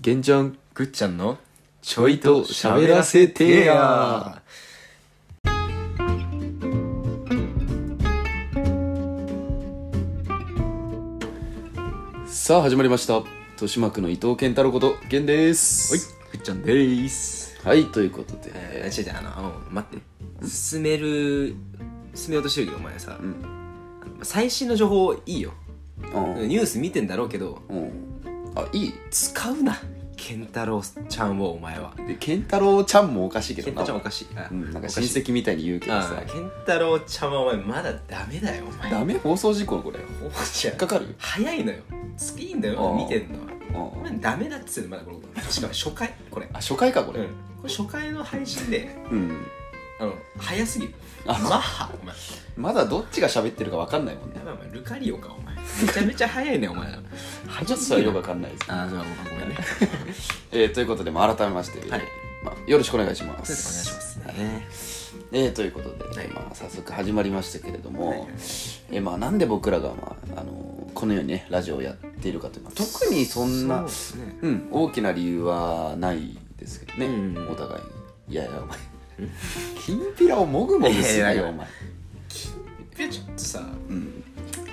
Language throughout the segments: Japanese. げんちゃん、ぐっちゃんのちょいと喋らせてやさあ始まりました豊島区の伊藤健太郎こと源ですはいぐっちゃんでーすはい、ということで、えー、違う違うあのあの待って進める進めようとしてるけどお前さ、あの最新の情報いいようんニュース見てんだろうけどうんあいい使うな健太郎ちゃんをお前はで健太郎ちゃんもおかしいけ健ど太なちゃんおかしいあうん、なんかお親しい戚みたいに言うけどあさー健太郎ちゃんはお前まだダメだよお前ダメ放送事故これおうちゃ引っんかかる早いのよ好きいいんだあよー見てんのはおう前んダメだっつうのまだこれしかも初回これあ初回かこうんれこれ初回の配信でうんあの早すぎるマッあハお前まだどっちが喋ってるか分かんないもんねやばいお前ルカリオかお前めちゃめちゃ早いねお前らちょっとそれはよく分かんないですああそうごめんねえー、ということで、まあ、改めまして、はいまあ、よろしくお願いしま。お願いしますすねえーということで、はいまあ、早速始まりましたけれども、はいはいえーまあ、なんで僕らが、まああのこのようにねラジオをやっているかというと特にそんなそうですねうん、大きな理由はないですけどね、うんお互いにいやいやお前きんぴらをもぐもぐすないやいやいよやお前、いやちょっとさうん、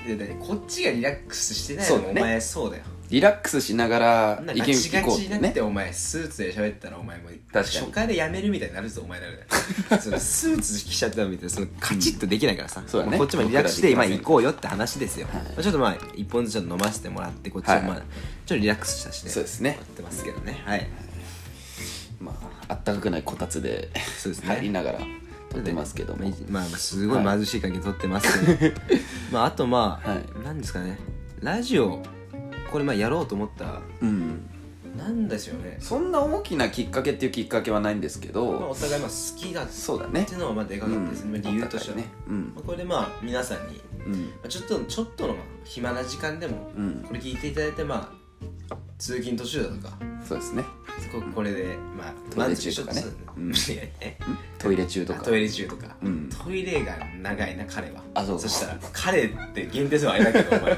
いやだってこっちがリラックスしてないそのうだねお前そうだよリラックスしながあらんな意ガ見チガ聞こうっチにてなっねてお前スーツで喋ったらお前もうかに初回でやめるみたいになるぞお前なる でそのスーツ着ちゃったみたいなそのカチッとできないからさ、そうだねもこっちもリラックスして僕ら今できません行こうよって話ですよ、はいまあちょっとまあ一本ずつちょっと飲ませてもらってこっちはもいまあちょっとリラックスしたしねそうですねやってますけどねはいまああったかくないこたつでそうですね入りながら撮ってますけども、まあまあすごい貧しい関係取ってま すけど、まああとまあ、はいなんですかねラジオこれまあやろうと思ったうん、なんですよね、そんな大きなきっかけっていうきっかけはないんですけまあ、おど互いまあ好きだっそうだっねていうのはまあでかかったですね、うん理由としてはおね互いね、うんまあこれでまあ皆さんにうんまあちょっとちょっとのまあ暇な時間でもうんこれ聞いていただいてまあ通勤途中だとかそうですねここれでまあトイレ中とかね満足 しようとするねトイレ中とあかトイレ中とか、うんトイレが長いな彼はあそうしたら彼って限定数はあれ だけどお前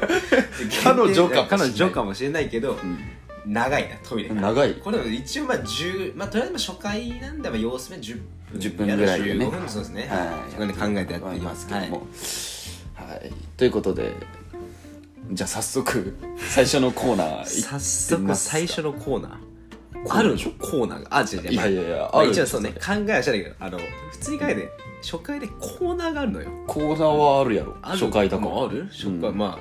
彼女かもしれない彼女かもしれないけど、うん長いなトイレが長いこれでも一応まあ10まあとりあえずまあ初回なんでまあ様子見10分10分ぐらいでね15分そうですねはいそこで考えてやっていきまますすけけどども、もはいということでじゃあ早速最初のコーナー早行ってみ速ますか最初のコーナコーナーーあるのコーナーがあ違う違ういやいやいやまあある一応そうねそ考えはしたんだけどあの普通に考えて初回でコーナーがあるのよコーナーはあるやろある初回だからもうある初う回、んまあま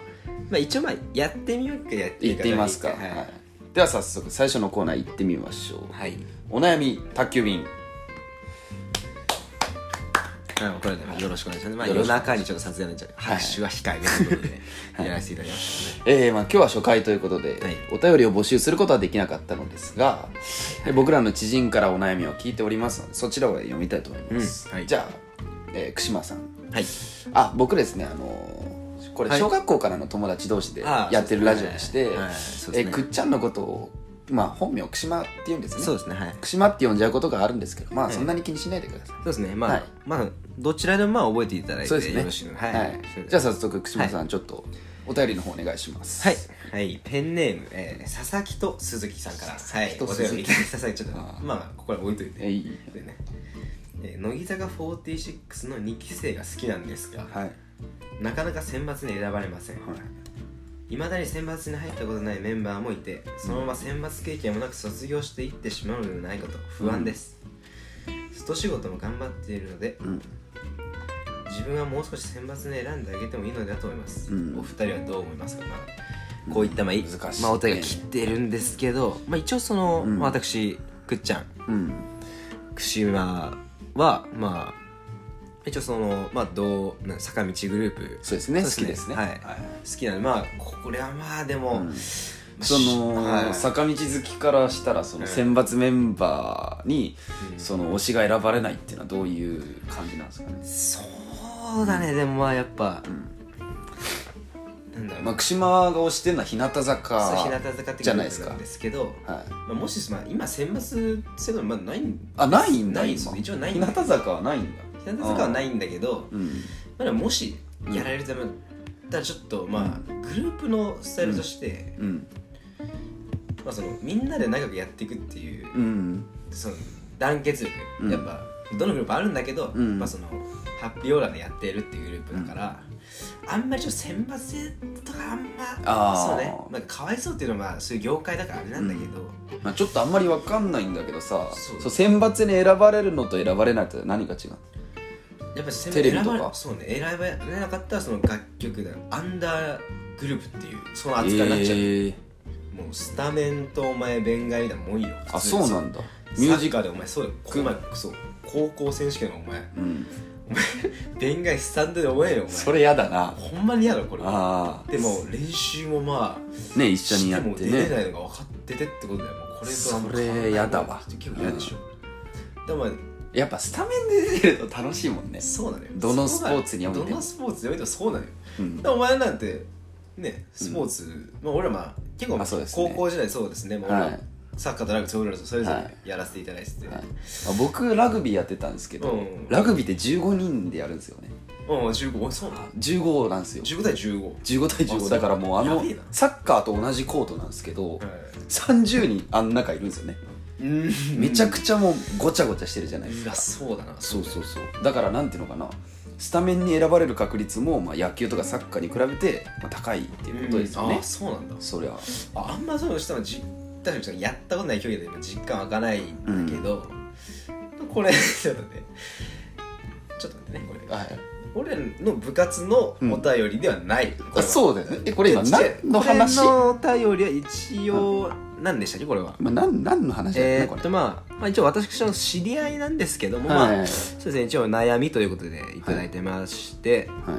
あ一応まあやってみようかやって行ってみますかはい、はいでは早速最初のコーナー行ってみましょうはいお悩み宅急便あのこれでよろしくお願いします、まあ、よろし夜くお願いします中にちょっとさすがにちょっとはい拍手は控えめということで、やらせていただきましえーまあ、今日は初回ということで、はいお便りを募集することはできなかったのですが、えー僕らの知人からお悩みを聞いておりますのでそちらを読みたいと思います、うんはいじゃあ、えー、串間さんたねはいあ僕ですねあのーこれはい小学校からの友達同士であーやってるそうラですジオねでしてはいそうえですねーくっちゃんのことを、まあ、本名串間って言うんですねそうですねはい串間って呼んじゃうことがあるんですけどまあいそんなに気にしないでください、そうですねまあ、はいまあどちらでもまあ覚えていただいてそうですねよろしくはい、じじゃあゃ早速串間さん、ちょっとお便りの方お願いしますはい、はい、ペンネーム、えー、佐々木と鈴木さんからはいとお便りいただき佐々木ちょっとあーまあここは置いといてえーいいこれねえー乃木坂46の2期生が好きなんですが、はい、はいなかなか選抜に選ばれません、いまだに選抜に入ったことないメンバーもいてそのまま選抜経験もなく卒業していってしまうのではないかと不安です、外仕事も頑張っているのでうん自分はもう少し選抜に選んであげてもいいのだと思います、うんお二人はどう思いますか、まあ、こういったまあ、い難しいまあ、お便りが切ってるんですけど、まあ、一応その、うんまあ、私くっちゃんうん串間はまあ一応その、まあ、どうなん坂道グループそうですね。好そうですきですね。ねはい好きなのでまあこれはまあでも、うんまあその、はい坂道好きからしたら、そのうん選抜メンバーに、うんその推しが選ばれないっていうのはどういう感じなんですかね。そうだね、でもまあやっぱ、なんだろう、まあ、串間が推してるのは日向坂。そう日向坂ってじゃグないルーですプかなんですけど、はい。まあ、もし、まあ、今選抜制度まあないんあ、ないんだ。ないです今一応ない日んだ向坂はないんだ。日向坂はないんだけど、うん。まあ、でももしやられるためだったらちょっとまあ、グループのスタイルとして、うん。まあ、そのみんなで仲良くやっていくっていううんその団結力、うんやっぱどのグループあるんだけど、うんやっぱそのハッピーオーラでやってるっていうグループだから、あんまりちょっと選抜制とかあんまあーそうねなんかかわいそうっていうのはまあそういう業界だからあれなんだけど、まあ、ちょっとあんまりわかんないんだけどさそそうう選抜に選ばれるのと選ばれないって何が違うのやっぱ選テレビとか選ばれそうね選ばれなかったらその楽曲だアンダーグループっていうその扱いになっちゃう、えーもうスタメンとお前ベンガみたいなもんよあそうなんんだミミュューージジカカルルでお前そうだよこの前そう高校選手権のお前うんベンガスタンドで応援よお前それやだなほんまに嫌だこれああでも練習もまあね一緒にやっしても出れねないのが分かっててってことだよもうこれとはもうそれ変わんないやだわ結構嫌でしょ、でもまやっぱスタメンで出ると楽しいもんあねそうなのよどのスポーツにおいてどものスポーツにおいてもそうなのようんでお前なんてねスポーツ、まあ俺らまあ結構あそうです高ね校時代そうですねもう俺はらいサッカーとラグビーそれぞれそれぞはれやらせていただいてて、はいあ僕ラグビーやってたんですけど、うんラグビーって15人でやるんですよねうん15おいそうなの15なんですよ15対15、はい、 15対あそう15だからもうあやのべえなサッカーと同じコートなんですけど30人あん中いるんですよねうんめちゃくちゃもうごちゃごちゃしてるじゃないですうかわそうだなそうそうそうだからなんていうのかなスタメンに選ばれる確率も、まあ、野球とかサッカーに比べて、まあ、高いっていうことですようんねあ、そうなんだそりゃああんまそういうのしたのじ確かにやったことない競技で今実感湧かないんだけど、これちょっとねちょっと待ってねこれはい俺らの部活のお便りではない、あそうだよねえこれ今何の話、これまのお便りは一応何でしたっけこれはあ、なん何の話だよえねこーっれ、とまあ、まあ、一応私の知り合いなんですけども、はいまあそうですね一応悩みということでいただいてまして、はい、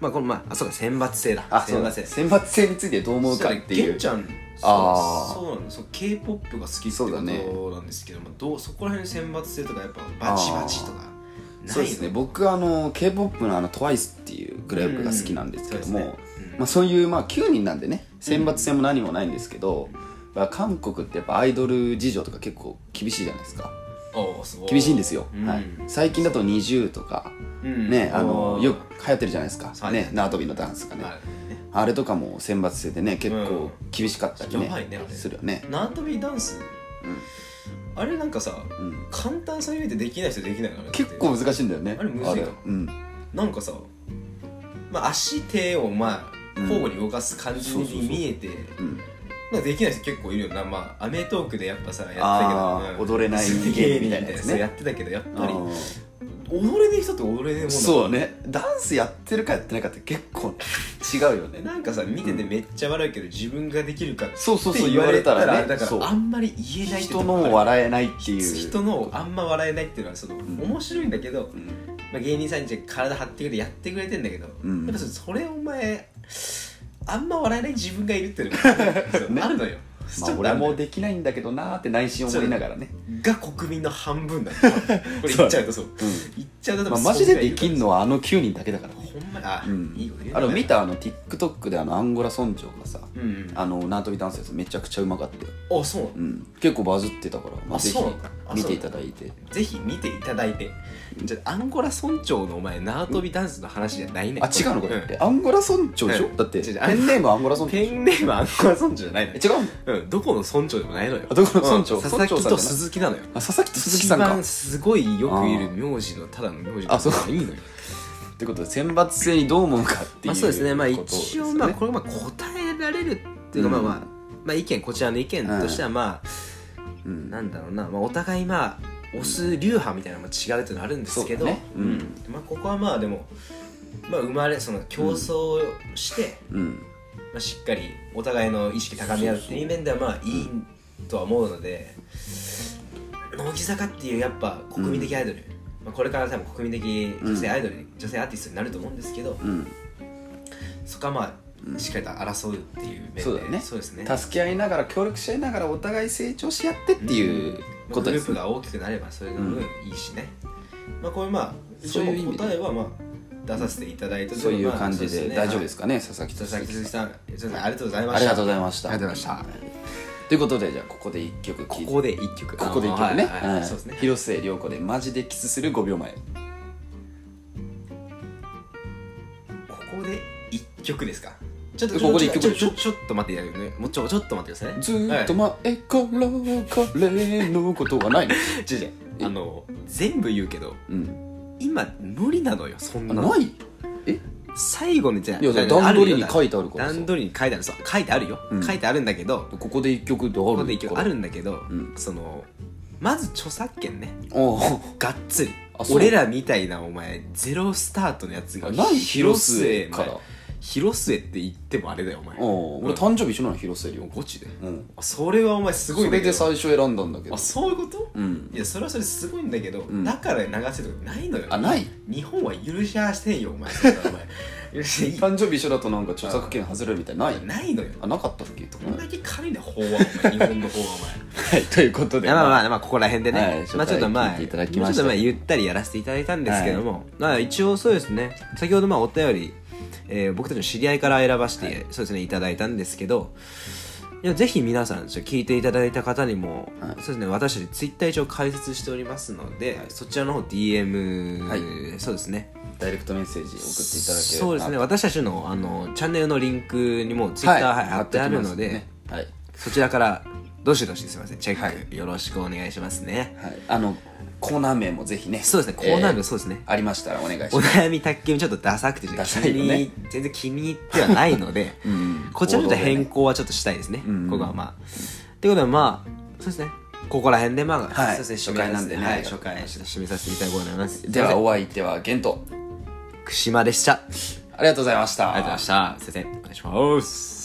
まあこのまああそうか選抜制だあ選そう抜だ制選抜制についてどう思うかってい玄うちゃんあーそうそうなのそう k p o p が好きってそうだねことなんですけどもどうそこら辺選抜制とかやっぱバチバチとかないのそうですね僕あの k p o p のあの TWICE っていうグループが好きなんですけども、うんそうですねうんまあ、そういう、まあ、9人なんでね選抜戦も何もないんですけど、まあ韓国ってやっぱアイドル事情とか結構厳しいじゃないですかおーすごい厳しいんですよ、うんはい、最近だと NiziU とか、うんねあのおーよく流行ってるじゃないですか、はいね、縄跳びのダンスとかね、はいあれとかも選抜制でね結うん構厳しかったりね,、やばいねあれするよね、縄跳びダンスうんあれなんかさうん、簡単そういう意味でできない人できないのあれって結構難しいんだよねあれむずいようんなんかさまあ足手をまあうん交互に動かす感じそうそうにそう見えてうんなんかできない人結構いるよなまあアメトークでやっぱさやってあたけーど、うん踊れない芸みたいなやつねそうやってたけどやっぱりあー踊れねえ人って踊れねえもんだそうねダンスやってるかやってないかって結構違うよねなんかさ見ててめっちゃ笑うけど自分ができるかってそうそうそう言言わわれれたたららねだかそうらあんまり言えないって人とこのある笑えないっていう人のあんま笑えないっていうのはその面白いんだけどう、んまあ、芸人さんに体張ってくれてやってくれてんだけど、うんやっぱそれお前あんま笑えない自分がいるっていうのがそうねあるのよ、 まちあょっと俺あるのよもできないんだけどなーって内心思いながらねが国民の半分 だよこれ言っちゃうとそうう言っちゃうとんまあマジでできんのはあの9人だけだからねほんまにあ、うんいいこと言うあねの見たあの TikTok であのアンゴラ村長がさうんうんああの縄跳びダンスやつめちゃくちゃうまかったよ、そうなのうん、結構バズってたから、まああ、ぜひそうなんだあ見そうてないたんだだいてぜひ見ていただいてじゃあアンゴラ村長のお前縄跳びダンスの話じゃないねあ違うのこれ、んえアンゴラ村長でしょ、うんだって違うペ違うンネームアンゴラ村長ペンネームアンゴラ村長じゃないのえよ違うのうんどこの村長でもないのよあどこの村長うん佐々村長木さんじゃなとい鈴木なのよあ佐々木と鈴木さん一か番すごいよくいる名字のただの名字あそういいのよってことで選抜制にどう思うかっていうことまあそうですねまあ一応まあですよねこれまあ答えられるっていうかまあうんまあまあ意見こちらの意見としてはまあうんなんだろうなまあお互いまあ押す流派みたいなのも違うっていうのはあるんですけそどうだねうんまあここはまあでもまあ生まれその競争してうんまあしっかりお互いの意識高め合うっていう面ではまあいいとは思うので乃木坂っていうやっぱ国民的アイドルまあこれから多分国民的女性アイドルに女性アーティストになると思うんですけどうんそこはまあしっかりと争うっていう面でそうだよねそうですね助け合いながら協力し合いながらお互い成長し合ってっていうことグルでーすプねが大きくなればそれの分いいしね、まあこれまあ一そ応ういう意味で答えはまあ出させていただいたそういう感じで大丈夫ですすかね佐々木と佐々鈴木木鈴木さんさん鈴木さんありがとうございましたありがとうございましたありがとうございまということでじゃあここで1曲聴いこてこで一曲ここで1曲ねあーはいははいいそうですね広末涼子で「マジでキスする5秒前ここで一曲ですか」ちょっとここでちょ一曲ちょちょちょっと待っていただけどねもうちょちょっと待ってくださいねずーっとは前から彼のことはないの、いちょちょあの全部言うけどうん、今無理なのよそんあなのない最後にじゃあいやじゃあ段取りにあるよ書いてあるからさ段取りに書いてあるそう書いてあるよ、うん書いてあるんだけどここで一曲であるここで一応あるんだけど、うんそのまず著作権ねあがっつりあそう俺らみたいなお前ゼロスタートのやつあがない広末からお前広末って言ってもあれだよお前うん俺俺誕生日一緒なの広末涼ゴチでうんあそれはお前すごいそんだれけどで最初選んだんだけどあそういうことうんいやそれはそれすごいんだけど、うんだから流せるとかないのよあない日本は許し合わせてんよお 前それはお前許していい誕生日一緒だとなんか著作権外れるみたいなないないのよあなかったっけどんだけ軽いんだよ法はお前日本の法はお前はいということでいやまああまあまあここら辺でね、はいまあちょっとま紹介聞あいていただきもうまちょしっけたとどまあゆったりやらせていただいたんですけども、まあ一応そうですね先ほどまあお便り、えー僕たちの知り合いから選ばせて、そうですねいただいたんですけどいやぜひ皆さんちょっと聞いていただいた方にも、はいそうですね私たちツイッター一応開設しておりますので、そちらの方 DM、はいそうですねダイレクトメッセージ送っていただければそうですねは私たちのあのチャンネルのリンクにもツイッター、はいい貼ってあるので、はいそちらからどしどしすみませんチェックよろしくお願いしますね、はいあのコーナー名もぜひねそうですね、コーナーえ名、そうですね。ありましたらお願いしおます悩み卓球もちょっとダサくて、ダサいよね気に全然気に入ってはないので、んこちらちょっと変更はちょっとしたいですね、うんここはまあ。ってことはまあ、そうですね、ここら辺でまあ、はいそうです初ね、回なんでねはい、初回、締めさせていただこうと思います。ではお相手はゲントくしまでした。ありありがとうございましたがとうございました。先生、お願いします。